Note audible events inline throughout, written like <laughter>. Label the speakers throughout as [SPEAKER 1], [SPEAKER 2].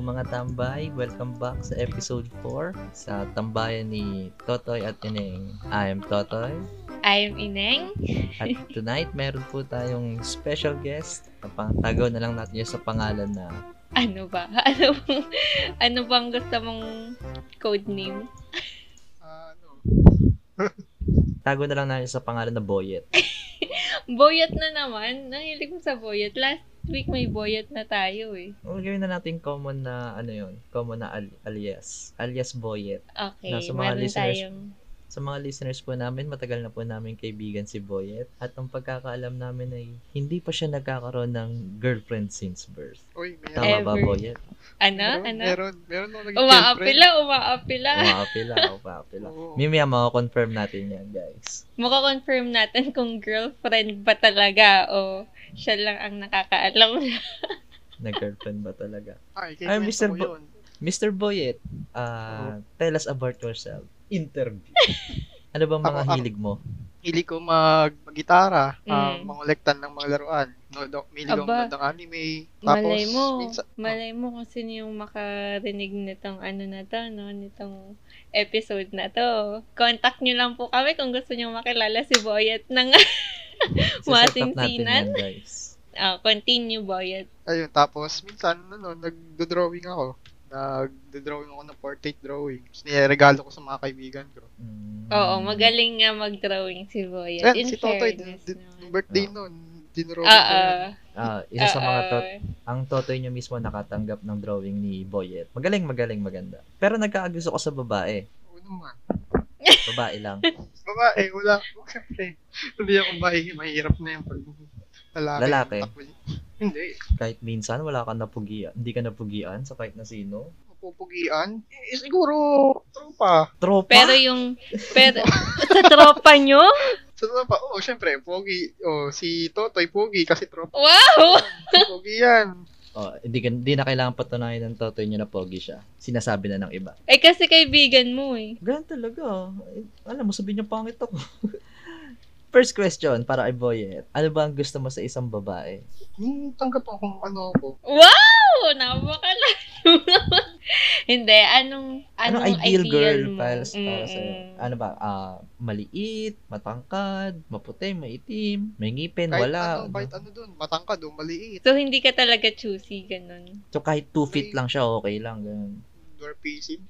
[SPEAKER 1] mga tambay. Welcome back sa episode 4 sa tambayan ni Totoy at Ineng. I am Totoy
[SPEAKER 2] I'm Ineng.
[SPEAKER 1] at tonight meron po tayong special guest. Napangtagaw na lang natin yun sa pangalan na
[SPEAKER 2] Ano ba? <laughs> Ano bang, ano bang gusto mong code name?
[SPEAKER 3] ano,
[SPEAKER 1] tago na lang natin sa pangalan na Boyet.
[SPEAKER 2] Boyat na naman. Nahilig ko sa boyat. Last week may boyat na tayo eh.
[SPEAKER 1] O, gawin na natin common na ano yun, common na al- alias. Alias Boyet.
[SPEAKER 2] Okay,
[SPEAKER 1] Nasa mga
[SPEAKER 2] meron
[SPEAKER 1] listeners-
[SPEAKER 2] tayong...
[SPEAKER 1] Sa mga listeners po namin, matagal na po namin kaibigan si Boyet. At ang pagkakaalam namin ay hindi pa siya nagkakaroon ng girlfriend since birth.
[SPEAKER 3] uy, meron.
[SPEAKER 1] Tama ba,
[SPEAKER 2] Ever.
[SPEAKER 1] Boyet?
[SPEAKER 2] Ano?
[SPEAKER 3] meron,
[SPEAKER 2] Ano?
[SPEAKER 3] Meron, meron ako naging girlfriend.
[SPEAKER 2] Umaapila, umaapila.
[SPEAKER 1] Umaapila, umaapila.
[SPEAKER 3] Oo.
[SPEAKER 1] Mimia, makakonfirm natin yan, guys.
[SPEAKER 2] Maka-confirm natin kung girlfriend ba talaga o siya lang ang nakakaalam.
[SPEAKER 1] Nag-girlfriend ba talaga?
[SPEAKER 3] Ay, kay
[SPEAKER 1] Ay, Mr.
[SPEAKER 3] Mr.
[SPEAKER 1] Bo-
[SPEAKER 3] yun.
[SPEAKER 1] Mr. Boyet,
[SPEAKER 2] Oh.
[SPEAKER 1] ah, tell us about yourself.
[SPEAKER 2] <laughs>
[SPEAKER 1] Interview. ano ba mga
[SPEAKER 2] ah,
[SPEAKER 3] Ako- ako-
[SPEAKER 1] hilig mo?
[SPEAKER 3] Hili ko mag, mag-gitara,
[SPEAKER 2] Mm.
[SPEAKER 3] ah, mangolektan ng mga laruan. No, doc, may ko
[SPEAKER 2] Aba.
[SPEAKER 3] ng anime. Tapos,
[SPEAKER 2] Malay mo,
[SPEAKER 3] minsan- oh.
[SPEAKER 2] malay mo kung sino yung makarinig nitong ano na to, no? Nitong episode na to. Contact nyo lang po kami kung gusto nyo makilala si Boyet ng... <laughs>
[SPEAKER 1] Siset up natin
[SPEAKER 2] Masinsinan?
[SPEAKER 1] yan, guys.
[SPEAKER 2] Ah, continue, Boyet.
[SPEAKER 3] ayun, tapos, minsan, ano, nag-drawing ako. Nag-drawing ako ng portrait drawing. Tapos, niregalo ko sa mga kaibigan ko.
[SPEAKER 1] Mm.
[SPEAKER 2] <laughs> Oo, magaling nga mag-drawing si Boyet.
[SPEAKER 3] Ayan,
[SPEAKER 2] In
[SPEAKER 3] si Totoy,
[SPEAKER 2] fairness
[SPEAKER 3] din-
[SPEAKER 2] naman.
[SPEAKER 3] nung birthday
[SPEAKER 1] Ah.
[SPEAKER 3] nun, dinraw ko
[SPEAKER 2] Ah,
[SPEAKER 3] yun.
[SPEAKER 2] ah.
[SPEAKER 1] Ah, isa sa mga
[SPEAKER 2] Ah,
[SPEAKER 1] tot-
[SPEAKER 2] ah.
[SPEAKER 1] ang totoy niyo mismo nakatanggap ng drawing ni Boyet. Magaling, magaling, maganda. Pero nagkaagusto ko sa babae.
[SPEAKER 3] Oo naman.
[SPEAKER 1] Babae
[SPEAKER 2] <laughs>
[SPEAKER 1] lang.
[SPEAKER 3] Babae, wala. <laughs> Siyempre, hindi ako babae, mahirap na yung pag lalaki.
[SPEAKER 1] Lalaki?
[SPEAKER 3] Hindi.
[SPEAKER 1] Kahit minsan, wala ka napugian. Hindi ka napugian sa kahit na sino.
[SPEAKER 3] Mapupugian? Eh, siguro, tropa.
[SPEAKER 1] Tropa?
[SPEAKER 2] Pero yung...
[SPEAKER 3] <laughs>
[SPEAKER 2] Pero, <laughs> sa tropa nyo?
[SPEAKER 3] Sa tropa, oo, oh, syempre, pogi. Oh, si Totoy, pogi, kasi tropa.
[SPEAKER 2] Wow!
[SPEAKER 1] <laughs>
[SPEAKER 3] Pogi yan.
[SPEAKER 1] Oh, hindi, ka- hindi na kailangan patunayan ng totoy niya na pogi siya. Sinasabi na ng iba.
[SPEAKER 2] Eh, kasi kaibigan mo eh.
[SPEAKER 1] Ganun talaga. Eh, Alam mo, sabihin niya pangit ako. <laughs> First question para kay Boyet. Ano ba ang gusto mo sa isang babae?
[SPEAKER 3] Yung tanggap ako kung ano ako.
[SPEAKER 2] Wow! Napakalayo naman. <laughs> Hindi, anong, anong
[SPEAKER 1] Anong Ano ideal, girl
[SPEAKER 2] mo?
[SPEAKER 1] para, sa- para
[SPEAKER 2] Mm-mm.
[SPEAKER 1] sa'yo? Ano ba? Ah, maliit, matangkad, maputi, maitim, may ngipin,
[SPEAKER 3] Kahit
[SPEAKER 1] wala.
[SPEAKER 3] ano, kahit ano dun. Matangkad o maliit.
[SPEAKER 2] So, hindi ka talaga choosy, ganun.
[SPEAKER 1] So kahit 2 feet lang siya, okay lang. <laughs> Ganun.
[SPEAKER 3] Dwarfism.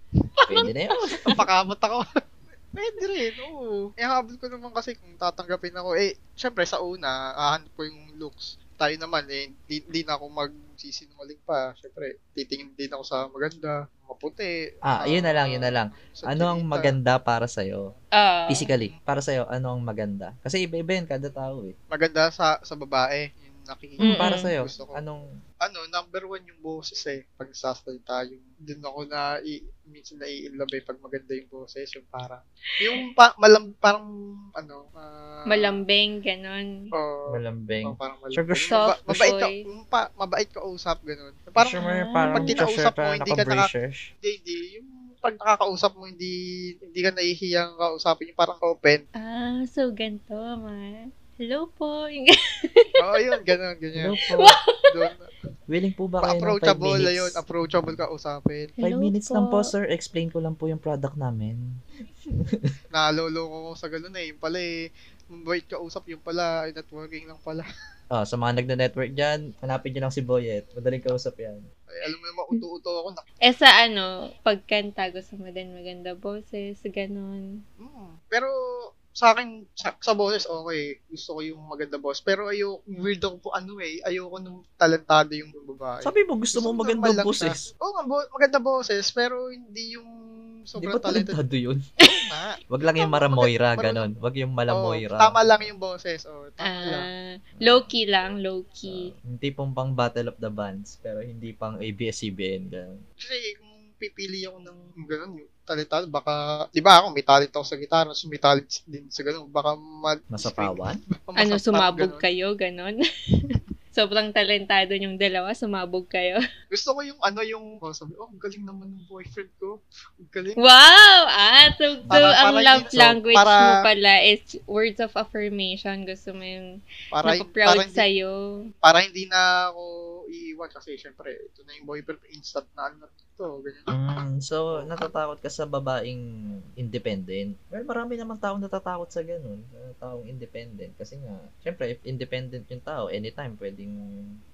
[SPEAKER 1] Pwede na yun.
[SPEAKER 3] Papakamot ako. <laughs> Pwede rin, oo. Eh, habol ko naman kasi kung tatanggapin ako, eh, syempre, sa una, ahanap ko yung looks. Tayo naman, eh, di, di na ako magsisinungaling pa. Syempre, titingin din ako sa maganda, maputi.
[SPEAKER 1] Ah, yun na lang, yun na lang.
[SPEAKER 3] sa
[SPEAKER 1] Ano ang
[SPEAKER 3] kinita.
[SPEAKER 1] maganda para sa'yo?
[SPEAKER 2] Ah.
[SPEAKER 1] Physically, para sa'yo, ano ang maganda? Kasi iba-iba yun kada tao eh.
[SPEAKER 3] maganda sa sa babae. Yung nakikita
[SPEAKER 2] Mm-mm.
[SPEAKER 3] ko,
[SPEAKER 1] Para sa'yo,
[SPEAKER 3] gusto ko.
[SPEAKER 1] anong
[SPEAKER 3] ano, number one yung boses eh. Pag sasalita, yung dun ako na i, minsan nai-inlove eh pag maganda yung boses. Yung parang, yung pa, malam, parang, ano, ah,
[SPEAKER 2] Malambing, ganun.
[SPEAKER 3] Oo.
[SPEAKER 1] malambing?
[SPEAKER 3] oo, Oh, parang malam.
[SPEAKER 1] Sugar
[SPEAKER 3] Yung
[SPEAKER 2] Soft
[SPEAKER 3] mabait ka,
[SPEAKER 2] voice.
[SPEAKER 3] yung pa, mabait ka usap, ganun. Parang,
[SPEAKER 1] Sure, may
[SPEAKER 2] Ah.
[SPEAKER 1] parang
[SPEAKER 3] Pag kinausap
[SPEAKER 1] sure,
[SPEAKER 3] mo,
[SPEAKER 1] parang
[SPEAKER 3] hindi ka
[SPEAKER 1] naka-braces.
[SPEAKER 3] hindi, hindi, yung pag nakakausap mo, hindi, hindi ka nahihiyang kausapin, yung parang open.
[SPEAKER 2] Ah, so ganito, ma. Hello po. <laughs>
[SPEAKER 3] Oo, Oh, yun, ganun,
[SPEAKER 1] Hello
[SPEAKER 3] ganyan.
[SPEAKER 1] po.
[SPEAKER 3] Doon,
[SPEAKER 1] Willing po ba kayo ng 5
[SPEAKER 3] approachable,
[SPEAKER 1] minutes?
[SPEAKER 3] ayun, approachable ka usapin.
[SPEAKER 1] 5 minutes lang po, sir. Explain ko lang po yung product namin.
[SPEAKER 3] Naloloko ko sa ganun eh. Yung pala eh, mabait ka usap yung pala, ay networking lang pala. <laughs>
[SPEAKER 1] Ah, sa mga nagna-network dyan, hanapin nyo lang si Boyet. Madaling kausap yan.
[SPEAKER 3] Ay, alam mo naman, uto-uto ako. Nak-
[SPEAKER 2] Eh sa ano, pagkanta, gusto mo din maganda boses, ganun.
[SPEAKER 3] mm. Pero sa akin, sa, sa boses, okay. Gusto ko yung maganda boss. Pero ayoko, weird ako po ano eh. Ayoko nung talentado yung babae.
[SPEAKER 1] Sabi mo, gusto mo
[SPEAKER 3] Gusto ko
[SPEAKER 1] magandang
[SPEAKER 3] normal lang
[SPEAKER 1] boses.
[SPEAKER 3] Oo nga, bo- maganda boses, pero hindi yung
[SPEAKER 1] Di ba
[SPEAKER 3] sobrang talented
[SPEAKER 1] talentado yun?
[SPEAKER 3] na.
[SPEAKER 1] Wag lang yung
[SPEAKER 3] Tama,
[SPEAKER 1] maramoyra,
[SPEAKER 3] maganda-
[SPEAKER 1] ganon. Wag yung
[SPEAKER 3] Oo,
[SPEAKER 1] malamoyra.
[SPEAKER 3] tama lang yung boses. Oh, tama lang.
[SPEAKER 2] Ah, low-key lang,
[SPEAKER 1] Ah,
[SPEAKER 2] low-key.
[SPEAKER 1] hindi pong pang Battle of the Bands, pero hindi pang ABS-CBN. Ganun.
[SPEAKER 3] Kasi kung pipili ako ng ganun, yung talentado, baka, di ba ako, may talent ako sa gitara, so may talent din sa ganun, baka ma-
[SPEAKER 1] Masapawan?
[SPEAKER 3] baka
[SPEAKER 2] ano,
[SPEAKER 3] masapang
[SPEAKER 2] sumabog
[SPEAKER 3] ganun.
[SPEAKER 2] kayo, ganun. <laughs> Sobrang talentado yung dalawa, sumabog kayo.
[SPEAKER 3] Gusto ko yung ano yung, oh, sabi, oh, ang galing naman ng boyfriend ko. Ang galing.
[SPEAKER 2] Wow! Ah, so, so
[SPEAKER 3] Para-
[SPEAKER 2] ang
[SPEAKER 3] para
[SPEAKER 2] love
[SPEAKER 3] yun, so,
[SPEAKER 2] language
[SPEAKER 3] para-
[SPEAKER 2] mo pala is words of affirmation. Gusto mo yung
[SPEAKER 3] Para,
[SPEAKER 2] napaproud
[SPEAKER 3] para, hindi,
[SPEAKER 2] sa'yo.
[SPEAKER 3] para hindi na ako ako iiwan kasi syempre, ito na yung boyfriend, instant na ano to, ganyan.
[SPEAKER 1] Mm, so, natatakot ka sa babaeng independent. Well, marami namang taong natatakot sa ganun, sa taong independent. Kasi nga, syempre, if independent yung tao, anytime pwedeng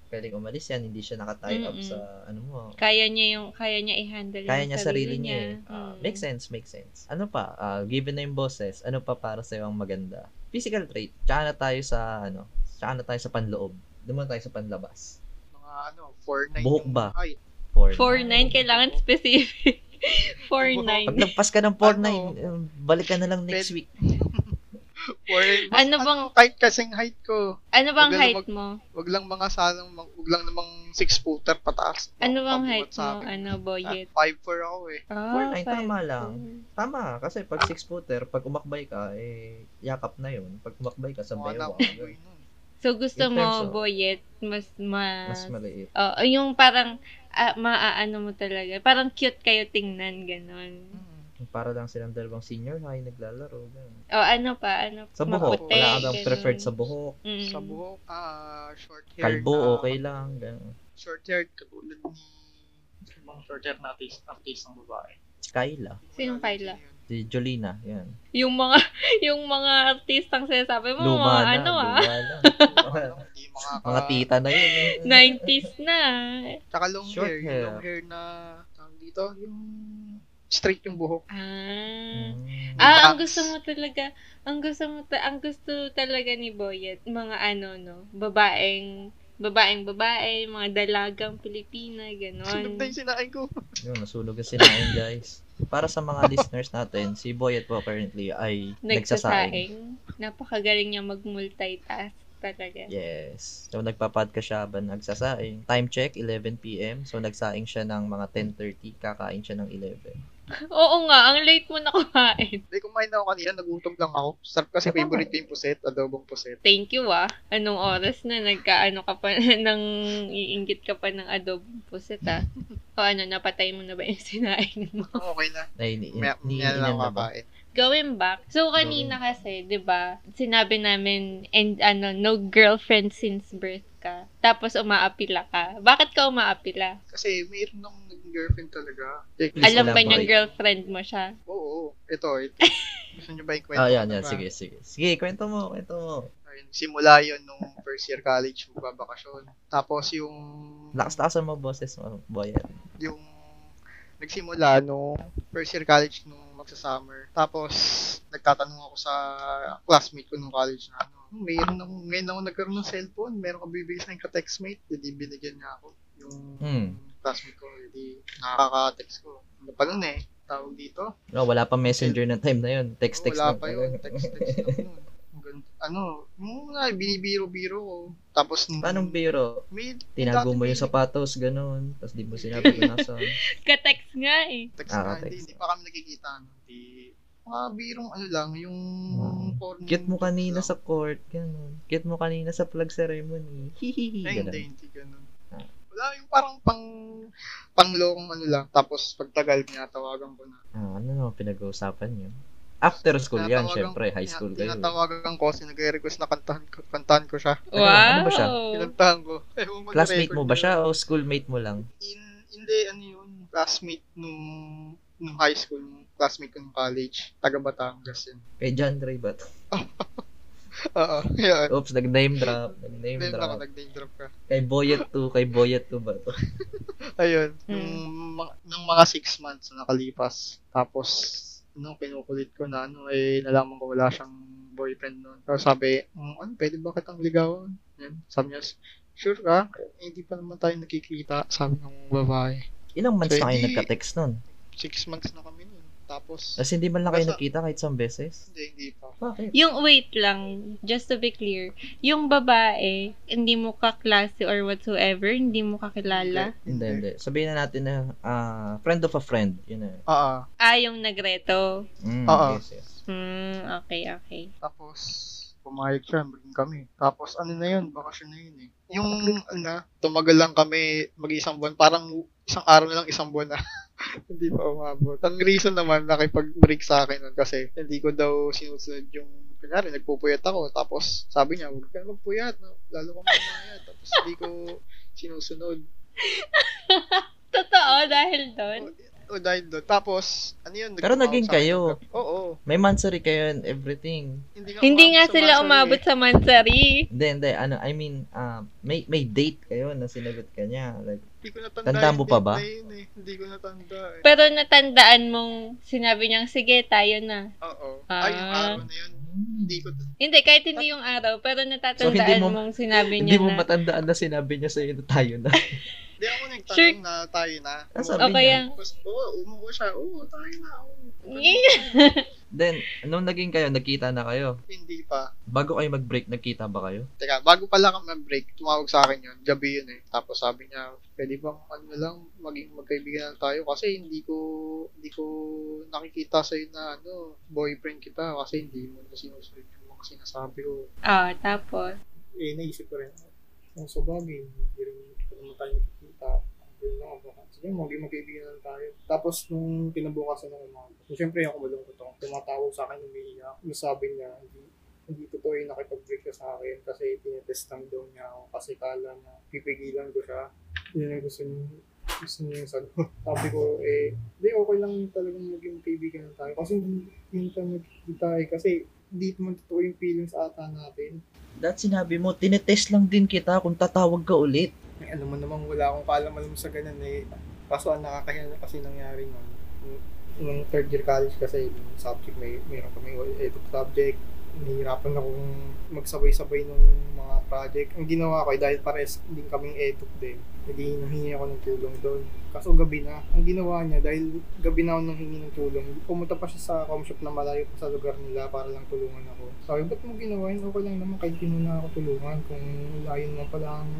[SPEAKER 1] pwedeng umalis yan, hindi siya nakatie up
[SPEAKER 2] Mm-mm.
[SPEAKER 1] sa ano mo.
[SPEAKER 2] Kaya niya yung, kaya niya i-handle
[SPEAKER 1] Kaya
[SPEAKER 2] yung
[SPEAKER 1] niya sarili niya. eh. Ah,
[SPEAKER 2] Mm.
[SPEAKER 1] Makes sense, makes sense. Ano pa, Ah, given na yung boses, ano pa para sa'yo ang maganda? Physical trait. Tsaka na tayo sa, ano, tsaka na tayo sa panloob. Duman tayo sa panlabas.
[SPEAKER 3] Mga ano, 4-9
[SPEAKER 1] Buhok ba?
[SPEAKER 3] Ay,
[SPEAKER 1] For,
[SPEAKER 2] 4-9, kailangan specific. <laughs>
[SPEAKER 1] Pag
[SPEAKER 2] 4-9.
[SPEAKER 1] nagpas ka ng 4-9, eh, balik ka na lang next
[SPEAKER 3] Pwede-
[SPEAKER 1] week.
[SPEAKER 3] 4
[SPEAKER 2] Ano bang-
[SPEAKER 3] Kahit kasing height ko.
[SPEAKER 2] Ano bang
[SPEAKER 3] Magaling
[SPEAKER 2] height
[SPEAKER 3] mag-
[SPEAKER 2] mo?
[SPEAKER 3] Wag lang mga sanang, mag- wag lang namang 6-footer pataas.
[SPEAKER 2] Ano
[SPEAKER 3] Pabuhat
[SPEAKER 2] bang height
[SPEAKER 3] sa
[SPEAKER 2] mo?
[SPEAKER 3] akin.
[SPEAKER 2] Ano, boyet?
[SPEAKER 3] 5'4 ako eh.
[SPEAKER 2] Oh,
[SPEAKER 1] 4-9,
[SPEAKER 2] five
[SPEAKER 1] Ah, tama lang.
[SPEAKER 2] foot.
[SPEAKER 1] Tama, kasi pag six-footer, pag umakbay ka, eh, yakap na yun. Pag umakbay ka sa
[SPEAKER 3] Mga anak
[SPEAKER 1] bayawa,
[SPEAKER 3] ko eh, yun.
[SPEAKER 2] So, gusto
[SPEAKER 1] In terms
[SPEAKER 2] mo,
[SPEAKER 1] of-
[SPEAKER 2] boyet, mas, mas,
[SPEAKER 1] mas maliit.
[SPEAKER 2] Oo, yung parang, ah, maaano mo talaga. Parang cute kayo tingnan, ganon.
[SPEAKER 3] Mm.
[SPEAKER 1] Para lang silang dalawang senior high naglalaro. Ganun.
[SPEAKER 2] O, ano pa, ano,
[SPEAKER 1] Sa buhok,
[SPEAKER 2] maputi,
[SPEAKER 1] wala kang
[SPEAKER 2] ganun.
[SPEAKER 1] preferred sa buhok.
[SPEAKER 2] Mm.
[SPEAKER 3] Sa buhok, ah, short hair na-
[SPEAKER 1] Kalbo, okay lang. Ganun.
[SPEAKER 3] Short hair, katulad ni yung mga short hair na artist, artist ng babae.
[SPEAKER 1] Si Kyla,
[SPEAKER 2] Sinong Kyla?
[SPEAKER 3] Yun.
[SPEAKER 1] si Jolina, yan.
[SPEAKER 2] Yung mga, <laughs> yung mga artistang sinasabi mo, mga
[SPEAKER 1] Luma na,
[SPEAKER 2] ano ah,
[SPEAKER 1] luma na.
[SPEAKER 3] Mga ano, Hindi
[SPEAKER 1] <laughs>
[SPEAKER 3] mga, <laughs>
[SPEAKER 1] Mga tita na yun. eh.
[SPEAKER 2] 90s na.
[SPEAKER 3] Tsaka long
[SPEAKER 1] Short
[SPEAKER 3] hair,
[SPEAKER 1] hair.
[SPEAKER 3] Yung long hair na, tawag dito, yung straight yung buhok.
[SPEAKER 2] Ah.
[SPEAKER 1] Mm.
[SPEAKER 3] Ah.
[SPEAKER 2] Ah, ang
[SPEAKER 3] Box.
[SPEAKER 2] gusto mo talaga, ang gusto mo, ta- ang gusto talaga ni Boyet, mga ano, no, babaeng, babaeng babae, mga dalagang Pilipina, ganon.
[SPEAKER 3] Sunog na yung sinain ko.
[SPEAKER 1] Yun, nasunog yung sinain, guys. Para sa
[SPEAKER 2] <laughs>
[SPEAKER 1] mga listeners natin, si Boyet po currently ay nagsasaing.
[SPEAKER 2] Nagsasaing. Napakagaling niya mag-multitask talaga.
[SPEAKER 1] Yes. So, nagpa-podcast siya habang nagsasaing. Time check, 11pm. So, nagsaing siya ng mga 10.30. Kakain siya ng 11.
[SPEAKER 2] Oo nga, ang late mo na kumain.
[SPEAKER 3] Hindi, kumain na ako kanina, nagutom lang ako. Sarap kasi
[SPEAKER 1] Tama.
[SPEAKER 3] favorite ko yung puset, adobong
[SPEAKER 1] <laughs>
[SPEAKER 3] puset.
[SPEAKER 2] Thank you ah. Anong
[SPEAKER 1] Hmm.
[SPEAKER 2] oras na nagkaano ka pa <laughs> nang iinggit ka pa ng adobo puset
[SPEAKER 1] <laughs>
[SPEAKER 2] ah. O ano, napatay mo na ba yung <laughs> sinaing mo?
[SPEAKER 3] Okay na.
[SPEAKER 1] Ay, ni,
[SPEAKER 3] May,
[SPEAKER 1] ni,
[SPEAKER 3] may
[SPEAKER 1] inan
[SPEAKER 3] na ako
[SPEAKER 1] na ba?
[SPEAKER 3] kakain.
[SPEAKER 2] Going back, so kanina kasi, di ba, sinabi namin, and ano, no girlfriend since birth ka. Tapos umaapila ka. Bakit ka umaapila?
[SPEAKER 3] Kasi mayroon nung naging girlfriend talaga. Eh,
[SPEAKER 1] Please
[SPEAKER 2] Alam ba
[SPEAKER 1] elaborate.
[SPEAKER 2] niyang girlfriend mo
[SPEAKER 1] <laughs>
[SPEAKER 2] siya?
[SPEAKER 3] Oo, oo. Ito,
[SPEAKER 2] <laughs>
[SPEAKER 3] ito. Gusto niyo ba ikwento?
[SPEAKER 1] Ah,
[SPEAKER 3] ko
[SPEAKER 1] yan,
[SPEAKER 3] na
[SPEAKER 1] yan.
[SPEAKER 3] ba?
[SPEAKER 1] Sige, sige. Sige, kwento mo, kwento mo.
[SPEAKER 3] Ayun, simula yun nung first year college, magbabakasyon. Tapos yung...
[SPEAKER 1] Lakas-lakasan mo boses mo, Boyet.
[SPEAKER 3] yung nagsimula nung first year college nung magsa-summer. Tapos, nagtatanong ako sa classmate ko nung college na ano, mayroon ako, ngayon ako nagkaroon ng cellphone, meron ka bibigay sa akin ka-textmate, hindi binigyan niya ako. Yung
[SPEAKER 1] Hmm.
[SPEAKER 3] classmate ko, hindi nakaka-text ko. Ano pa nun eh, tawag dito?
[SPEAKER 1] No, Ah, wala pa messenger na time na yun. Text-text na.
[SPEAKER 3] Wala pa yun, text-text
[SPEAKER 1] <laughs>
[SPEAKER 3] lang yun. Ganun- Ano, muna, binibiro-biro ko. Tapos, nung-
[SPEAKER 1] Paano biro?
[SPEAKER 3] may,
[SPEAKER 1] Tinago
[SPEAKER 3] dati
[SPEAKER 1] mo yung
[SPEAKER 3] may-
[SPEAKER 1] sapatos, ganun. Tapos di mo sinabi
[SPEAKER 3] <laughs>
[SPEAKER 1] kung nasa.
[SPEAKER 2] Ka-text nga eh.
[SPEAKER 3] Text
[SPEAKER 1] Ah,
[SPEAKER 3] na, hindi,
[SPEAKER 1] text.
[SPEAKER 3] hindi pa kami nakikita. ano, Hindi, mga birong ano lang, yung
[SPEAKER 1] Hmm.
[SPEAKER 3] porn.
[SPEAKER 1] Get mo kanina sa court, ganun. Get mo kanina sa flag ceremony. Hihihi,
[SPEAKER 3] Ay, hindi,
[SPEAKER 1] ganun.
[SPEAKER 3] hindi, ganun.
[SPEAKER 1] Ah.
[SPEAKER 3] Wala, yung parang pang, panglokong ano lang. Tapos pagtagal, pinatawagan ko na.
[SPEAKER 1] Ah, ano naman pinag-uusapan yun? After school yan, syempre. High school kayo. eh.
[SPEAKER 3] Tinatawagan ko kasi nagre-request na kantahan ko, kantahan ko siya.
[SPEAKER 1] Ano, ano ba siya?
[SPEAKER 2] Wow!
[SPEAKER 3] Kinantahan ko. <laughs> Ewan ko,
[SPEAKER 1] Classmate
[SPEAKER 3] nirecord
[SPEAKER 1] mo ba
[SPEAKER 3] niya.
[SPEAKER 1] siya o schoolmate mo lang?
[SPEAKER 3] In, hindi, ano yun, classmate nung, nung high school, nung classmate ko nung college. Taga Batangas yun. <laughs>
[SPEAKER 1] Kay John Ray ba to?
[SPEAKER 3] Oo, yun.
[SPEAKER 1] Oops, nag-name drop. Nag-name
[SPEAKER 3] Name ako,
[SPEAKER 1] drop.
[SPEAKER 3] nag-name drop ka.
[SPEAKER 1] Kay Boyet 2. Kay Boyet 2 ba to?
[SPEAKER 3] Ayun,
[SPEAKER 2] Mm.
[SPEAKER 3] nung, mga, nung mga six months na nakalipas, tapos, nung kinukulit ko na, ano, eh, nalaman ko wala siyang boyfriend noon. Pero sabi, "Mm, ano, pwede ba kitang ligawan? Yan, sabi niya, sure ka? Eh, hindi pa naman tayo nakikita, sabi ng babae.
[SPEAKER 1] Ilang months na kayo
[SPEAKER 3] Twenty-
[SPEAKER 1] nagka-text nun?
[SPEAKER 3] Six months na kami noon. Tapos,
[SPEAKER 1] Tapos hindi man lang kayo
[SPEAKER 3] Basta-
[SPEAKER 1] nakita kahit isang beses?
[SPEAKER 3] hindi, hindi pa.
[SPEAKER 1] Bakit?
[SPEAKER 2] Yung wait lang, just to be clear, yung babae, hindi mo kaklase or whatsoever, hindi mo kakilala.
[SPEAKER 1] Hindi, hindi. Sabihin na natin na ah, friend of a friend. Yun na.
[SPEAKER 3] Oo.
[SPEAKER 2] Ah, yung nagreto.
[SPEAKER 1] Mm,
[SPEAKER 3] Oo.
[SPEAKER 1] yes, yes.
[SPEAKER 2] Hmm, okay, okay.
[SPEAKER 3] Tapos, pumayag siya, bring kami. Tapos, ano na yun, bakasyon na yun eh. Yung, ano, tumagal lang kami mag-isang buwan. Parang isang araw na lang, isang buwan na. <laughs> hindi pa umabot. Ang reason naman, nakipag-break sa akin nun kasi hindi ko daw sinusunod yung kunyari, nagpupuyat ako. Tapos, sabi niya, huwag ka na magpuyat. No? Lalo kang pumayat. Tapos, hindi ko sinusunod.
[SPEAKER 2] Totoo dahil doon.
[SPEAKER 1] Oh,
[SPEAKER 3] O dahil doon. Tapos, ano yun?
[SPEAKER 1] Pero naging
[SPEAKER 3] nagkumausap
[SPEAKER 1] kayo.
[SPEAKER 3] kami. Oo.
[SPEAKER 1] May mansari kayo and everything.
[SPEAKER 3] Hindi nga,
[SPEAKER 2] Hindi
[SPEAKER 3] umabot
[SPEAKER 2] nga
[SPEAKER 3] sa
[SPEAKER 2] sila
[SPEAKER 3] mansari
[SPEAKER 2] umabot
[SPEAKER 3] eh.
[SPEAKER 2] sa Mansari.
[SPEAKER 1] Hindi, hindi. Ano, I mean, ah, may may date kayo na sinagot ka niya. Like,
[SPEAKER 3] Hindi ko natanda.
[SPEAKER 1] Tanda
[SPEAKER 3] yung
[SPEAKER 1] mo pa
[SPEAKER 3] date
[SPEAKER 1] ba?
[SPEAKER 3] na yun eh. Hindi ko natanda. Eh.
[SPEAKER 2] Pero natandaan mong sinabi niyang, sige, tayo na.
[SPEAKER 3] Oo.
[SPEAKER 2] Ah.
[SPEAKER 3] Ay, yung araw na yun.
[SPEAKER 1] hmm.
[SPEAKER 3] Hindi ko.
[SPEAKER 2] Hindi, kahit hindi yung araw, pero
[SPEAKER 1] So,
[SPEAKER 2] natatandaan
[SPEAKER 1] hindi mo-
[SPEAKER 2] mong sinabi
[SPEAKER 1] Hindi
[SPEAKER 2] niya
[SPEAKER 1] mo
[SPEAKER 2] na.
[SPEAKER 1] matandaan na sinabi niya sa'yo na tayo na.
[SPEAKER 3] Hindi ako nagtanong
[SPEAKER 2] Sure.
[SPEAKER 3] na tayo na.
[SPEAKER 1] Ah,
[SPEAKER 3] Oo.
[SPEAKER 1] sabi
[SPEAKER 2] o kaya,
[SPEAKER 3] Tapos, oo, umuwi siya. Oo, tayo na. oo.
[SPEAKER 2] Yeah.
[SPEAKER 1] <laughs>
[SPEAKER 2] <laughs>
[SPEAKER 1] Then, nung naging kayo, nagkita na kayo.
[SPEAKER 3] Hindi pa.
[SPEAKER 1] Bago kayo mag-break, nagkita ba kayo?
[SPEAKER 3] Teka, bago pala kami mag-break, tumawag sa akin yun. Gabi yun eh. Tapos sabi niya, pwede bang ano na lang, maging magkaibigan na tayo kasi hindi ko, hindi ko nakikita sa'yo na ano, boyfriend kita kasi hindi mo na sinusunod yung mga sinasabi ko.
[SPEAKER 2] oh, tapos.
[SPEAKER 3] Eh, naisip ko rin, kung sa bagay, hindi rin ko naman tayo nakikita. Yun lang ako. Sige, maging magkaibigan na tayo. Tapos, nung kinabukasan ng umaga, so, siyempre ako malungkot ako. Tumatawag sa akin, umiiyak. Nasabi niya, hindi, hindi totoo yung nakipag-break siya sa akin kasi tinetest lang daw niya ako kasi kala na pipigilan ko siya. Yun ang gusto niya gusto niya yung sagot. <laughs> Sabi ko, eh, hindi, okay lang talagang maging kaibigan tayo. Kasi hindi, hindi tayo magkikita eh. Kasi hindi naman totoo yung feelings ata natin.
[SPEAKER 1] Dahil sinabi mo, tinetest lang din kita kung tatawag ka ulit.
[SPEAKER 3] Ay, alam mo namang wala akong kalam-alam sa ganun eh. Kaso ang nakakahiya na kasi nangyari nun. nung- Nung third year college kasi yung subject may meron kami edit subject. Nahihirapan akong magsabay-sabay ng mga project. Ang ginawa ko ay dahil pares din kaming edit din. Hindi nahingi ako ng tulong doon. Kaso gabi na, ang ginawa niya dahil gabi na ako nanghingi ng tulong, pumunta pa siya sa com shop na malayo pa sa lugar nila para lang tulungan ako. Sabi, ba't mo ginawa yun? Okay lang naman, kahit di mo na ako tulungan. Kung layo naman pala ang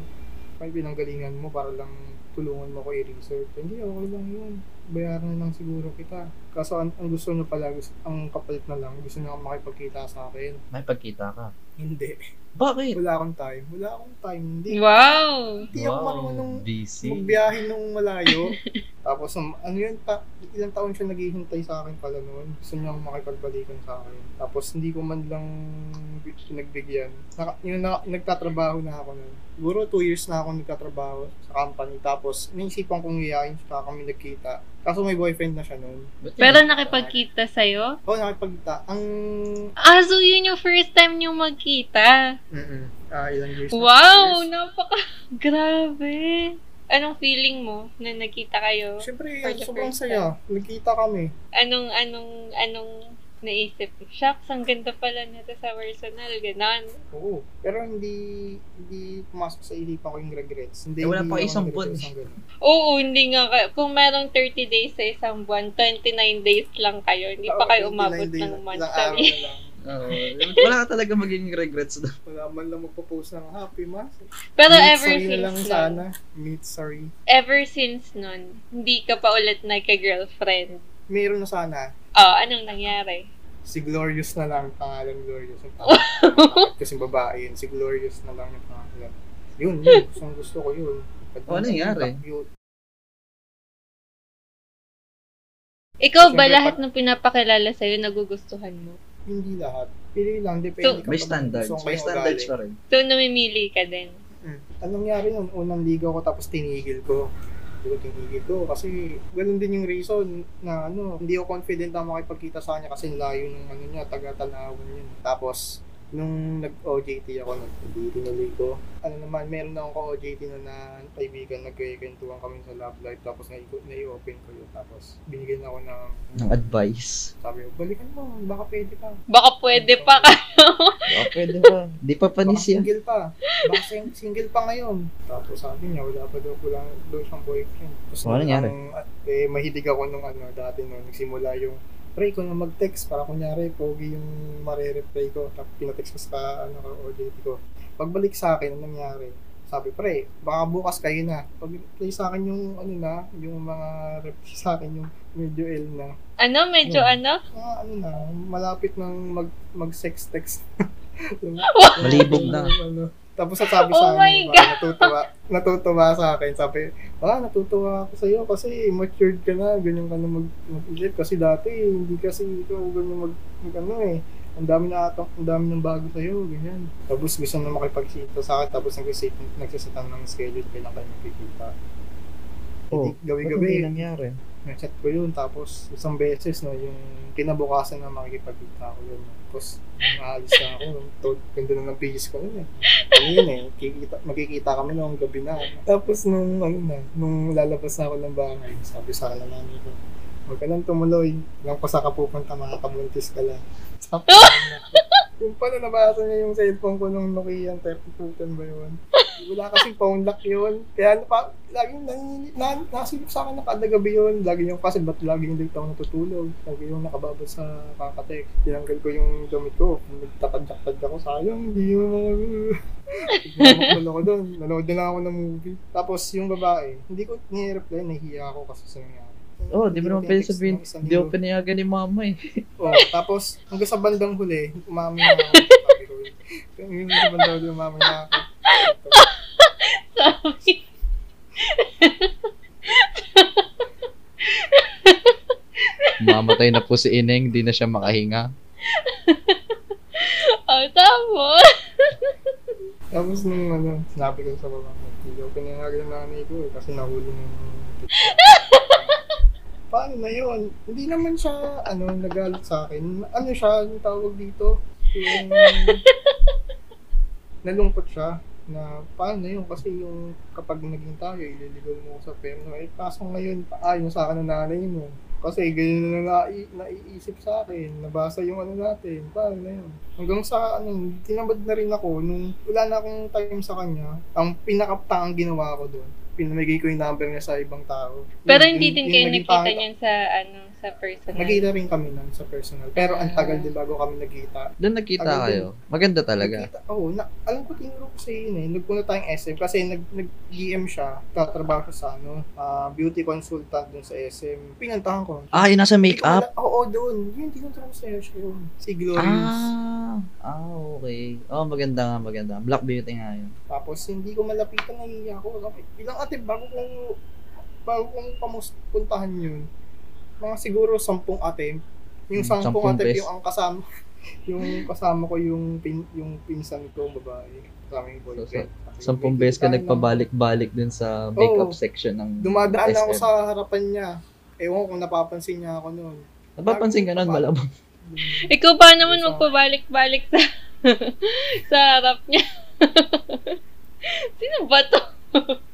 [SPEAKER 3] may pinanggalingan mo para lang tulungan mo ko i-research. Hindi, okay lang yun. Bayaran na lang siguro kita. Kaso ang, ang gusto niya pala, gusto- ang kapalit na lang, gusto niya akong makipagkita sa akin.
[SPEAKER 1] May pagkita ka.
[SPEAKER 3] Hindi.
[SPEAKER 1] Bakit?
[SPEAKER 3] Wala akong time. Wala akong time. Hindi.
[SPEAKER 2] Wow!
[SPEAKER 3] Hindi ako marunong
[SPEAKER 1] busy.
[SPEAKER 3] magbiyahe nung malayo. Tapos, um, ano yun, ta- ilang taon siya naghihintay sa akin pala noon. Gusto niya akong makipagbalikan sa akin. Tapos, hindi ko man lang bi- pinagbigyan. Naka, yun, na, nagtatrabaho na ako noon. Siguro, two years na ako nagtatrabaho sa company. Tapos, naisipan kong iyayin siya kami nagkita. Kaso may boyfriend na siya noon.
[SPEAKER 2] Pero nakipagkita sa'yo?
[SPEAKER 3] Oo, nakipagkita. Ang...
[SPEAKER 2] Ah, so yun yung first time niyo magkita.
[SPEAKER 3] Mm-mm. Ah, ilang years na-
[SPEAKER 2] Wow!
[SPEAKER 3] years.
[SPEAKER 2] Napaka... <laughs> Grabe! Anong feeling mo na nakita kayo?
[SPEAKER 3] Siyempre,
[SPEAKER 2] For the
[SPEAKER 3] sobrang
[SPEAKER 2] first
[SPEAKER 3] saya. Nagkita kami.
[SPEAKER 2] Anong, anong, anong naisip mo? Shucks, ang ganda pala nito sa personal. Ganon.
[SPEAKER 3] Oo. Pero hindi hindi pumasok sa isipan ko yung regrets. Hindi,
[SPEAKER 1] Eh, wala
[SPEAKER 3] hindi
[SPEAKER 1] pa
[SPEAKER 3] ako
[SPEAKER 1] isang
[SPEAKER 3] nag-regrets
[SPEAKER 1] buwan.
[SPEAKER 3] ng ganun.
[SPEAKER 2] Oo, hindi nga. ka- Kung merong 30 days sa isang buwan, 29 days lang kayo. Hindi pa
[SPEAKER 3] Oo,
[SPEAKER 2] kayo
[SPEAKER 3] 29
[SPEAKER 2] umabot
[SPEAKER 3] days,
[SPEAKER 2] ng month.
[SPEAKER 3] Ilang araw na lang.
[SPEAKER 1] Oo. wala ka talaga magiging regrets doon.
[SPEAKER 3] Wala man lang magpo-post ng happy mas.
[SPEAKER 2] <laughs> Pero
[SPEAKER 3] Meet
[SPEAKER 2] ever
[SPEAKER 3] sorry na
[SPEAKER 2] since
[SPEAKER 3] lang
[SPEAKER 2] nun,
[SPEAKER 3] sana. Meet sorry.
[SPEAKER 2] ever since nun, hindi ka pa ulit nagka-girlfriend.
[SPEAKER 3] Meron na sana.
[SPEAKER 2] Oh, anong nangyari?
[SPEAKER 3] Si Glorious na lang ang pangalan
[SPEAKER 2] <laughs>
[SPEAKER 3] Glorious. Ang pangalan. Kasi babae yun. Si Glorious na lang yung pangalan. Yun, yun. Gusto, gusto ko yun. Pag-
[SPEAKER 1] Oh, ano nangyari?
[SPEAKER 3] Yun.
[SPEAKER 2] Ikaw ba
[SPEAKER 3] Siyempre,
[SPEAKER 2] lahat ng pinapakilala sa'yo nagugustuhan mo?
[SPEAKER 3] Hindi lahat. Pili lang. Depende.
[SPEAKER 2] So,
[SPEAKER 3] kapag
[SPEAKER 1] May standards.
[SPEAKER 3] gusto ko
[SPEAKER 1] May
[SPEAKER 3] yung
[SPEAKER 1] standards
[SPEAKER 3] ugali.
[SPEAKER 1] pa rin.
[SPEAKER 2] So, namimili ka din.
[SPEAKER 3] Mm. Ang nangyari nun, unang ligaw ko tapos tinigil ko. Hindi ko tinigil ko kasi ganun din yung reason na ano, hindi ako confident na makipagkita sa kanya kasi layo ng ano niya, taga-tanawan yun. Tapos, nung nag-OJT ako, nung hindi tinuloy ko. Ano naman, meron na akong OJT na na kaibigan, nagkikwentuhan kami sa love life, tapos nai- nai-open ko yun. Tapos, binigyan ako ng,
[SPEAKER 1] Ng advice.
[SPEAKER 3] sabi ko, balikan mo, baka pwede pa.
[SPEAKER 2] Baka pwede pa ka.
[SPEAKER 1] Ah, pwede ba? Di pa
[SPEAKER 3] Baka
[SPEAKER 1] panis yan.
[SPEAKER 3] single pa. Baka sing- single pa ngayon. Tapos sabi niya, wala pa daw ko lang daw siyang boyfriend. Tapos
[SPEAKER 1] Ano nangyari?
[SPEAKER 3] ang- at, eh, mahilig ako nung ano, dati nung nagsimula yung Pre, ko na mag-text para kunyari, pogi yung marereply ko. Tapos pinatext ko sa ano, ko, OJT ko. Pagbalik sa akin, anong nangyari? Sabi, pre, baka bukas kayo na. Pag-play sa akin yung ano na, yung mga reply sa akin yung medyo L na.
[SPEAKER 2] Ano? Medyo
[SPEAKER 1] Hmm.
[SPEAKER 2] ano?
[SPEAKER 3] Mga ano na, malapit ng mag, mag-sex text. <laughs> Yung-
[SPEAKER 1] Malibog na.
[SPEAKER 3] ano. Tapos sabi
[SPEAKER 2] Oh
[SPEAKER 3] sa
[SPEAKER 2] my
[SPEAKER 3] akin, ba, natutuwa, natutuwa sa akin. Sabi, ah, natutuwa ako sa'yo kasi matured ka na, ganyan ka na mag, mag-isip. Kasi dati, hindi kasi ikaw ganyan mag, mag ano eh. ang dami na ato, ang dami ng bago sa'yo, ganyan. Tapos gusto na makipagkita sa akin, tapos nagsiset, nagsasatang ng schedule, kailan kayo magkikita.
[SPEAKER 1] Oh,
[SPEAKER 3] Oh,
[SPEAKER 1] Ba't
[SPEAKER 3] Gabi-gabi,
[SPEAKER 1] hindi nangyari?
[SPEAKER 3] na-chat ko yun, tapos isang beses, no, yung kinabukasan na makikipagkita ko yun. Tapos, nung aalis na ako, to, ganda na ng bihis ko nun eh. Ano yun eh, kikita, magkikita kami noong gabi na. Tapos nung, ano na, nung lalabas na ako ng bahay, sabi sa akin na namin ko, huwag ka lang tumuloy, lang ko sa kapupunta, makakabuntis ka lang. Tapos, yung pala nabasa niya yung cellphone ko nung Nokia 3210 ba yun? Wala kasing phone lock yun. Kaya ano pa, laging nanginip, na, nasilip sa akin na kada gabi yun. Lagi yung kasi ba't lagi hindi ako natutulog. Lagi yung nakababad sa kakatek. Tinanggal ko yung damit ko. Nagtatadyak-tadyak ako. Sayang, hindi yun na Nakakulo ko doon. Nanood na lang ako ng movie. Tapos yung babae, hindi ko nire-reply. Nahiya ako kasi sa nangyari.
[SPEAKER 1] Oh, di mo naman pwede
[SPEAKER 3] Text
[SPEAKER 1] sabihin,
[SPEAKER 3] ng isang
[SPEAKER 1] hindi ako
[SPEAKER 3] linggo.
[SPEAKER 1] pinayagan ni mama eh.
[SPEAKER 3] Oh, tapos hanggang sa bandang huli, umami na ako. Sabi ko, "Yun, sa bandang huli, umami na ako.
[SPEAKER 2] Sorry.
[SPEAKER 1] Mamatay na po si Ineng, di na siya makahinga.
[SPEAKER 2] Oh, tapos.
[SPEAKER 3] Tapos nung ano, sinabi ko sa baba, hindi ko pinayagan ng nanay ko eh, kasi nahuli na yung Paano na yun? Hindi naman siya, ano, nagalit sa akin. Ano siya, yung tawag dito?
[SPEAKER 2] <laughs>
[SPEAKER 3] Yung... nalungkot siya na paano na yun kasi yung kapag naging tayo, ililigaw mo ko sa perno. Eh, kaso ngayon, paayon sa akin ng nanay mo. Kasi ganyan na nai- naiisip sa akin, nabasa yung ano natin, paano na yun. Hanggang sa ano, tinabad na rin ako nung wala na akong time sa kanya. Ang pinakaptang ginawa ko doon, pinamigay ko yung number niya sa ibang tao.
[SPEAKER 2] Pero
[SPEAKER 3] Yun-
[SPEAKER 2] hindi
[SPEAKER 3] yun-
[SPEAKER 2] din
[SPEAKER 3] yun
[SPEAKER 2] kayo
[SPEAKER 3] naging
[SPEAKER 2] nakita
[SPEAKER 3] pangit-
[SPEAKER 2] niyan sa, ano, sa personal.
[SPEAKER 3] Nagkita rin kami nun sa personal. Pero ang tagal din bago kami nagkita.
[SPEAKER 1] Doon nagkita
[SPEAKER 3] Tagal
[SPEAKER 1] kayo. Maganda talaga.
[SPEAKER 3] Nagkita- Oo, na, alam ko tinuro ko sa iyo yun eh. Nagpunta tayong SM kasi nag, nag-GM siya. Tatrabaho siya sa ano, ah, beauty consultant dun sa SM. Pinantahan ko.
[SPEAKER 1] Ah, yun nasa makeup?
[SPEAKER 3] Wala- Oo, doon. Yun, tinuturo ko sa iyo siya yun. Si Glorious.
[SPEAKER 1] Ah, ah, okay. Oh, maganda nga, maganda. Black beauty nga yun.
[SPEAKER 3] Tapos hindi ko malapitan na hiya ko. Sabi, Ilang ate bago kong bago kong pamus- puntahan yun. Mga siguro sampung attempt. Yung
[SPEAKER 1] Hmm,
[SPEAKER 3] sampung,
[SPEAKER 1] sampung
[SPEAKER 3] attempt
[SPEAKER 1] best.
[SPEAKER 3] yung ang kasama <laughs> yung kasama ko yung pin, yung pinsan ko babae. Kasama yung boyfriend. Sabi,
[SPEAKER 1] Sampung
[SPEAKER 3] "May
[SPEAKER 1] beses ka
[SPEAKER 3] kitaan lang."
[SPEAKER 1] nagpabalik-balik dun sa makeup
[SPEAKER 3] Oo.
[SPEAKER 1] section ng
[SPEAKER 3] Dumadaan lang ako
[SPEAKER 1] SM.
[SPEAKER 3] sa harapan niya. Ewan ko kung napapansin niya ako noon.
[SPEAKER 1] Napapansin ka nun, malamang.
[SPEAKER 2] Ikaw ba naman
[SPEAKER 3] Isa.
[SPEAKER 2] magpabalik-balik sa <laughs> sa harap niya? <laughs> Sino ba to?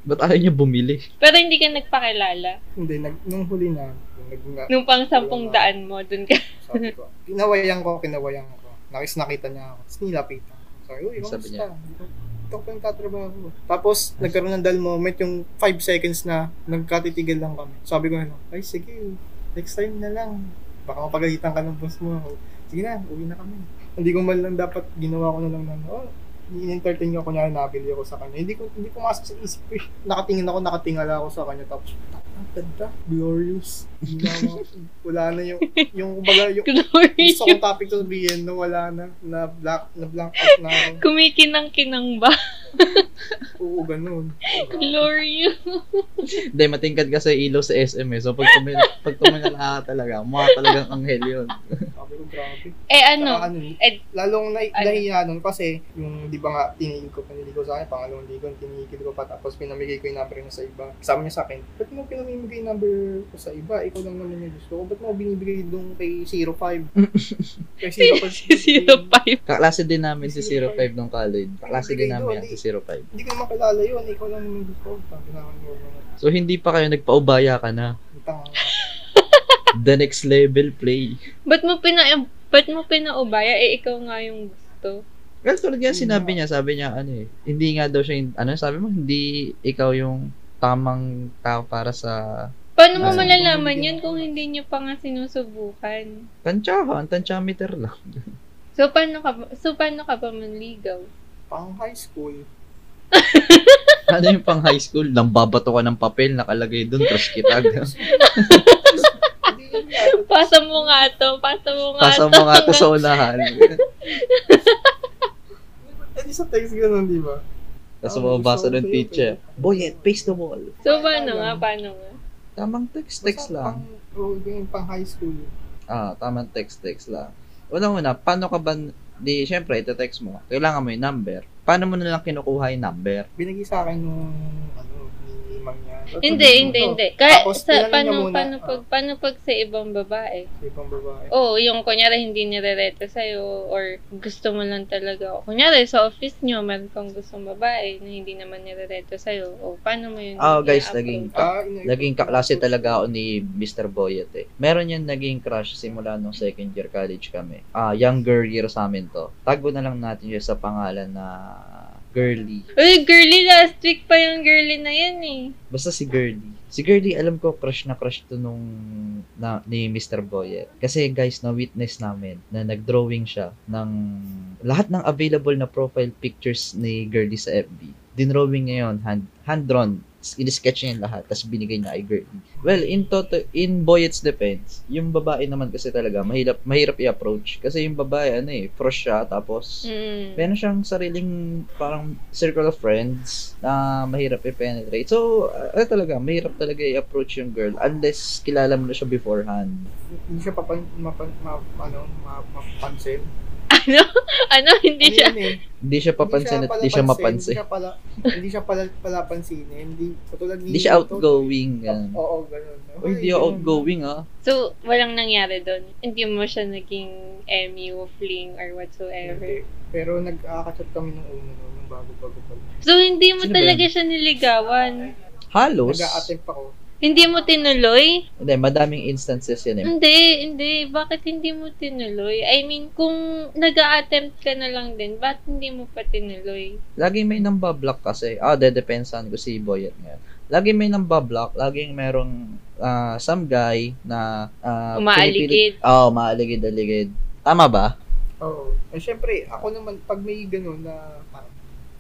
[SPEAKER 1] Ba't ayaw niya bumili?
[SPEAKER 2] Pero hindi ka nagpakilala.
[SPEAKER 3] Hindi, nag, nung huli na, nag, nga-
[SPEAKER 2] Nung pang sampung
[SPEAKER 3] Wala.
[SPEAKER 2] daan mo, dun ka. <laughs>
[SPEAKER 3] Sabi ko, kinawayan ko, kinawayan ko. Nakis nakita niya ako. Tapos nilapitan ko. Sabi, uy,
[SPEAKER 1] Ano sabi
[SPEAKER 3] kamusta?
[SPEAKER 1] niya?
[SPEAKER 3] Ito, ito ko yung tatrabaho. ko." Tapos, nagkaroon ng dull moment yung 5 seconds na nagkatitigal lang kami. Sabi ko, ano, ay sige, next time na lang. Baka mapagalitan ka ng boss mo. Sige na, uwi na kami. Hindi ko man lang dapat ginawa ko na lang na, oh, ni-entertain niya ako niya, nabili ako sa kanya. Hindi ko hindi ko masok sa isip ko. eh. Nakatingin ako, nakatingala ako sa kanya tapos ang ganda, glorious. Ginawa ko. Wala na yung yung kumbaga yung
[SPEAKER 2] Glory.
[SPEAKER 3] gusto kong topic to sabihin na wala na, na black, na blank out na ako.
[SPEAKER 2] Kumikinang-kinang ba?
[SPEAKER 3] Oo, ganun.
[SPEAKER 2] Glory.
[SPEAKER 1] Hindi, matingkad ka sa ilaw sa SM eh. So, pag, tumil, pag tumilala ka talaga, mukha talagang anghel yun.
[SPEAKER 3] Sabi ko, grabe.
[SPEAKER 2] Eh
[SPEAKER 3] Saka
[SPEAKER 2] <laughs> ano?
[SPEAKER 3] ano,
[SPEAKER 2] Ed-
[SPEAKER 3] lalong na,
[SPEAKER 2] Ano?
[SPEAKER 3] nahiya nun kasi yung, di ba nga, tinigil ko, pinili ko sa akin, pangalawang ligo, tinigil ko pa, tapos pinamigay ko yung number niya sa iba. Sabi niya sa akin, ba't mo pinamimigay yung number ko sa iba? Ikaw lang naman yung gusto ko. Ba't mo binibigay doon kay 05? kay
[SPEAKER 2] 0.5.
[SPEAKER 1] Kaklase din namin si 05 nung college. Kaklase din namin yan
[SPEAKER 3] eh.
[SPEAKER 1] si 05.
[SPEAKER 3] Hindi ko naman kilala yun. Ikaw lang naman yung gusto ko. Sabi naman ko,
[SPEAKER 1] So, hindi pa kayo nagpaubaya ka na.
[SPEAKER 3] tanga.
[SPEAKER 1] The next level play.
[SPEAKER 2] Ba't mo pina eh, ba't mo pinaubaya? Eh, ikaw nga yung gusto.
[SPEAKER 1] Well, tulad nga
[SPEAKER 3] Hindi
[SPEAKER 1] sinabi
[SPEAKER 3] nga.
[SPEAKER 1] niya, sabi niya, ano eh, hindi nga daw siya, yung- ano, sabi mo, hindi ikaw yung tamang tao para sa
[SPEAKER 2] Paano mo
[SPEAKER 1] Ah,
[SPEAKER 2] malalaman
[SPEAKER 3] bumibigyan
[SPEAKER 2] yun
[SPEAKER 3] ako.
[SPEAKER 2] kung hindi nyo pa nga sinusubukan?
[SPEAKER 1] tansyahan, tansyameter lang. <laughs>
[SPEAKER 2] So, paano ka, ba- so, paano ka ba manligaw?
[SPEAKER 3] Pang high school.
[SPEAKER 1] Ano yung pang high school, nambabato ka ng papel, nakalagay dun, tapos kitag. <laughs>
[SPEAKER 3] Hindi yun nga.
[SPEAKER 2] Pasa mo nga to, pasa mo nga
[SPEAKER 1] Pasa
[SPEAKER 2] to.
[SPEAKER 1] mo nga to sa <laughs> unahan.
[SPEAKER 3] Eh, di sa text ganun, di ba?
[SPEAKER 1] Tapos mababasa ng teacher. Boyet, eh, face the wall.
[SPEAKER 2] So, paano nga, paano nga?
[SPEAKER 1] Tamang text, text
[SPEAKER 3] Basta
[SPEAKER 1] lang.
[SPEAKER 3] Pang, oh, ganyan, pang high school.
[SPEAKER 1] Ah, tamang text, text lang. Unang-una, paano ka ba, di, syempre, ite-text mo, kailangan mo yung number. Paano mo nilang kinukuha yung number?
[SPEAKER 3] Binigay sa akin nung, ano, ni Mang niya. Tapos
[SPEAKER 2] Hindi,
[SPEAKER 3] sabi ko,
[SPEAKER 2] hindi,
[SPEAKER 3] "Oh,
[SPEAKER 2] hindi. Kaya,
[SPEAKER 3] Tapos,
[SPEAKER 2] sa,
[SPEAKER 3] tinanong niya
[SPEAKER 2] paano,
[SPEAKER 3] muna,
[SPEAKER 2] paano,
[SPEAKER 3] ah.
[SPEAKER 2] pag, paano pag sa ibang babae?
[SPEAKER 3] sa Ibang babae.
[SPEAKER 2] Oo, oh, yung kunyari hindi nirereto sa'yo or gusto mo lang talaga. O, kunyari sa office nyo, meron kang gustong babae na hindi naman nirereto sa'yo. O, paano mo yun?
[SPEAKER 1] Ah, guys,
[SPEAKER 2] i-approach?
[SPEAKER 1] naging
[SPEAKER 3] Ah, ina-
[SPEAKER 1] Naging kaklase talaga ako ni Mr. Boyet eh. Meron yan naging crush simula nung second year college kami. Ah, younger year sa amin to. Tagbo na lang natin siya sa pangalan na Girly.
[SPEAKER 2] Uy, girly, last week pa yung girly na yan eh.
[SPEAKER 1] Basta si Girly. Si Girly, alam ko, crush na crush to nung na, ni Mr. Boyet. Kasi guys, na-witness namin na nag-drawing siya ng lahat ng available na profile pictures ni Girly sa FB. Dinrawing niya yun, hand, hand-drawn. In-sketch niya yung lahat, tapos binigay niya kay Girly. Well, in toto in Boyet's defense, yung babae naman kasi talaga, mahirap, mahirap i-approach. Kasi yung babae, ano eh, frosh siya, tapos
[SPEAKER 2] Mm.
[SPEAKER 3] Hmm.
[SPEAKER 1] meron siyang sariling parang circle of friends na mahirap i-penetrate. So, uh, ano talaga, mahirap talaga i-approach yung girl unless kilala mo na siya beforehand.
[SPEAKER 3] Hindi siya papan, mapan, ma, ano, ma, mapansin.
[SPEAKER 2] Ano? <laughs> Ano? Hindi
[SPEAKER 3] Ano
[SPEAKER 2] siya.
[SPEAKER 3] yun eh,
[SPEAKER 1] Hindi siya papansin at hindi siya mapansin.
[SPEAKER 3] Hindi siya pala, hindi siya pala, pala pansinin. Hindi, katulad ni...
[SPEAKER 1] Hindi siya outgoing. ganun.
[SPEAKER 3] Oo, oo, ganun.
[SPEAKER 1] Uy, hindi ako outgoing ah.
[SPEAKER 2] So, walang nangyari doon. Hindi mo siya naging MU, fling, or whatsoever.
[SPEAKER 3] Hindi. Pero nag-akachat kami nung una noon, nung bago-bago pa. lang.
[SPEAKER 2] So, hindi mo
[SPEAKER 1] Sino ba
[SPEAKER 2] talaga siya niligawan.
[SPEAKER 1] Halos.
[SPEAKER 3] Nag-a-attempt ako.
[SPEAKER 2] Hindi mo tinuloy?
[SPEAKER 1] Hindi, madaming instances yan eh.
[SPEAKER 2] Hindi, hindi. Bakit hindi mo tinuloy? I mean, kung nag attempt ka na lang din, bakit hindi mo pa tinuloy?
[SPEAKER 1] Laging may nambablock kasi. Ah, dedepensahan ko si Boyet ngayon. Laging may nambablock. Laging merong ah, some guy na... ah,
[SPEAKER 2] Umaaligid.
[SPEAKER 1] pinipili- Oo, umaaligid-aligid. Tama ba?
[SPEAKER 3] Oo. Eh, syempre, ako naman, pag may ganun na, ah,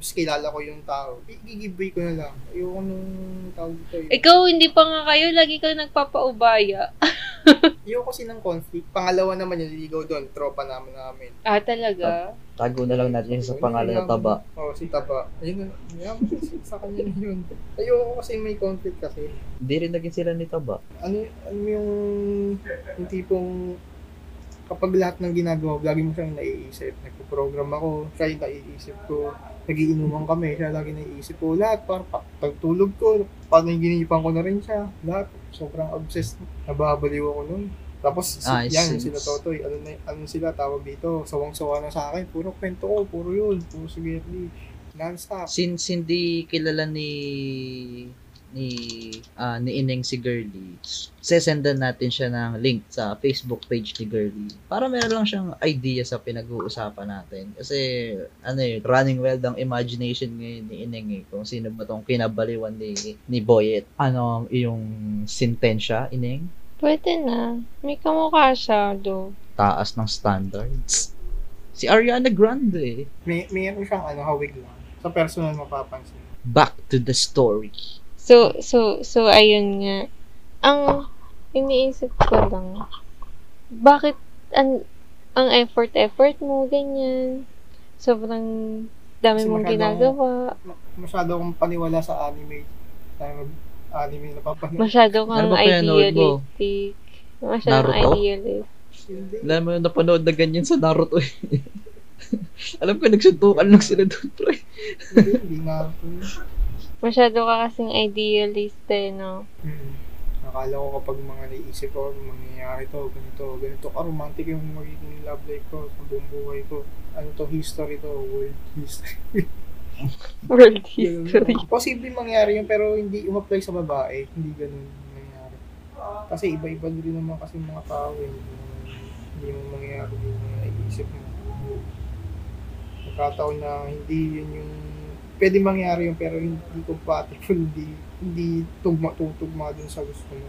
[SPEAKER 3] mas kilala ko yung tao, i- i-giveaway ko na lang. Ayoko nung tawag eh. ko
[SPEAKER 1] Eh,
[SPEAKER 3] yun.
[SPEAKER 2] Ikaw, hindi pa nga kayo. Lagi ka nagpapaubaya.
[SPEAKER 3] Ayoko kasi ng conflict. Pangalawa naman yung liligaw doon, tropa naman namin.
[SPEAKER 2] Ah, talaga?
[SPEAKER 1] Tago na lang natin yung sa pangalan na taba.
[SPEAKER 3] Oo, si Taba. Ayun na, yaman sa kanya na yun. Ayoko kasi may conflict kasi.
[SPEAKER 1] Hindi rin naging sila ni taba.
[SPEAKER 3] Ano, ano yung, yung tipong kapag lahat ng ginagawa, lagi mo siyang naiisip. Nagpo-program ako, siya yung naiisip ko. Nagiinuman kami, siya lagi naiisip ko. Lahat, parang pa- pagtulog ko, paano yung ginipan ko na rin siya. Lahat, sobrang obsessed. Nababaliw ako nun. Tapos, si,
[SPEAKER 1] I
[SPEAKER 3] yan,
[SPEAKER 1] see.
[SPEAKER 3] sila Totoy. Ano, na, ano sila, tawag dito. Sawang-sawa na sa akin. Puro kwento ko, puro yun. Puro si Gerly. Non-stop.
[SPEAKER 1] Since hindi kilala ni ni ah, ni Ineng si Girly, sesendan natin siya ng link sa Facebook page ni Girly. Para meron lang siyang idea sa pinag-uusapan natin. Kasi, ano eh, running wild ang imagination ngayon ni Ineng eh, kung sino ba tong kinabaliwan ni, ni Boyet. Ano ang iyong sintensya, Ineng?
[SPEAKER 2] Pwede na. May kamukha siya, do.
[SPEAKER 1] Taas ng standards. Si Ariana Grande.
[SPEAKER 3] May, mayroon siyang ano, hawig lang. Sa personal mapapansin.
[SPEAKER 1] Back to the story.
[SPEAKER 2] So, so, so, ayun nga. Ang iniisip ko lang, bakit ang, ang effort-effort mo, ganyan. Sobrang dami
[SPEAKER 3] Kasi
[SPEAKER 2] mong
[SPEAKER 3] masyadong-
[SPEAKER 2] ginagawa.
[SPEAKER 3] ma- masyado akong paniwala sa anime. Tayo mag- anime na papanood.
[SPEAKER 2] Masyado kang
[SPEAKER 1] Ano ba kaya nanood mo?
[SPEAKER 2] idealistic. Masyado kang
[SPEAKER 1] Naruto?
[SPEAKER 2] idealistic.
[SPEAKER 3] Hindi.
[SPEAKER 1] Alam mo, napanood na ganyan sa Naruto eh. <laughs> Alam ko, nagsuntukan lang sila doon, pre.
[SPEAKER 3] Hindi, hindi na.
[SPEAKER 2] Masyado ka kasing idealist eh, no?
[SPEAKER 3] Hmm. Akala ko kapag mga naisip ko, mangyayari to, ganito, ganito. Ah, romantic yung magiging love life ko sa buong buhay ko. Ano to, history to, world history.
[SPEAKER 2] World
[SPEAKER 1] <laughs>
[SPEAKER 3] Ganun
[SPEAKER 2] history.
[SPEAKER 3] lang. Posible mangyari yun, pero hindi umapply sa babae. Hindi ganun nangyayari. Kasi iba-iba din naman kasi yung mga tao. eh. Hindi naman- Hindi mo mangyayari din yung naiisip mo. Nagkataon na hindi yun yung pwede mangyari yun pero hindi compatible, hindi, hindi tugma, tutugma dun sa gusto mo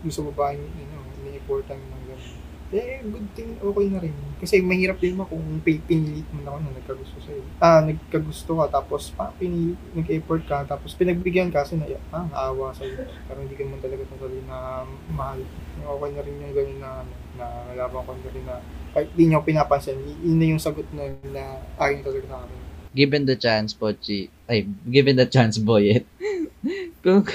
[SPEAKER 3] dun sa babaeng you know, ini-important ng gano'n. Eh, good thing, okay na rin. Kasi mahirap din mo kung pi- pinilit mo na ako na nagkagusto sa'yo. Ah, nagkagusto ka, tapos pa, pinilit, nag-effort ka, tapos pinagbigyan ka, kasi na, ah, naawa sa'yo. Pero hindi ka man talaga totally na mahal. Okay na rin yung gano'n na, ano, na laban ko na rin na, kahit di niyo ako pinapansin, y- yun na yung sagot na, na akin talaga sa akin.
[SPEAKER 1] Given the chance, Pochi. Ay, given the chance, Boyet. <laughs> Kung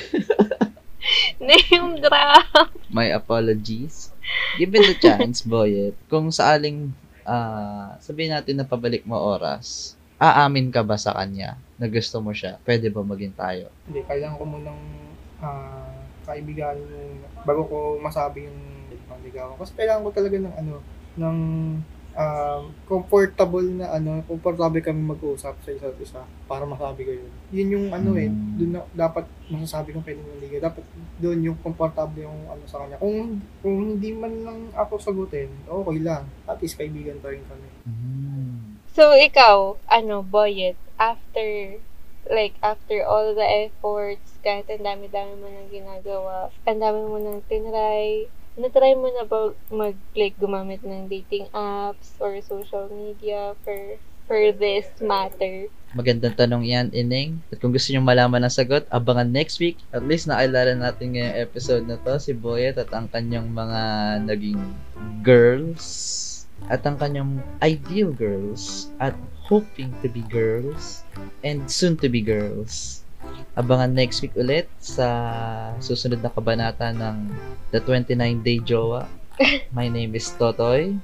[SPEAKER 2] Name drop!
[SPEAKER 1] my apologies. Given the chance, Boyet, kung saaling ah sabihin natin na pabalik mo oras, aamin ka ba sa kanya na gusto mo siya? Pwede ba maging tayo?
[SPEAKER 3] Hindi, kailangan ko munang ah, kaibigan muna bago ko masabi yung panligawan. Kasi kailangan ko talaga ng ano, ng um, comfortable na ano, comfortable kami mag-usap sa isa't isa para masabi ko yun. Yun yung ano eh,
[SPEAKER 1] Hmm.
[SPEAKER 3] dun na- dapat masasabi kong pwede manligaw. Dapat doon yung comfortable yung ano sa kanya. Kung, kung hindi man lang ako sagutin, okay lang. At least kaibigan pa rin kami.
[SPEAKER 1] Hmm.
[SPEAKER 2] So, ikaw, ano, Boyet, after, like, after all the efforts, kahit ang dami-dami mo nang ginagawa, ang dami mo nang tinry, natry mo na ba mag, like, gumamit ng dating apps or social media for, for this matter?
[SPEAKER 1] Magandang tanong yan, Ining. At kung gusto nyo malaman ang sagot, abangan next week. At least naalala natin ngayong episode na to, si Boyet at ang kanyang mga naging girls at ang kanyang ideal girls at hoping to be girls and soon to be girls. Abangan next week ulit sa susunod na kabanata ng The 29 Day Jowa. My name is Totoy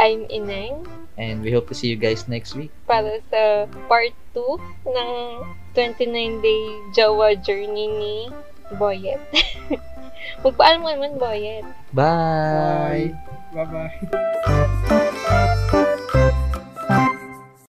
[SPEAKER 2] I'm Ineng
[SPEAKER 1] and we hope to see you guys next week.
[SPEAKER 2] para sa part 2 ng 29-day Jawa journey ni Boyet. <laughs> Magpaalam ka naman, Boyet.
[SPEAKER 1] Bye!
[SPEAKER 3] Bye-bye.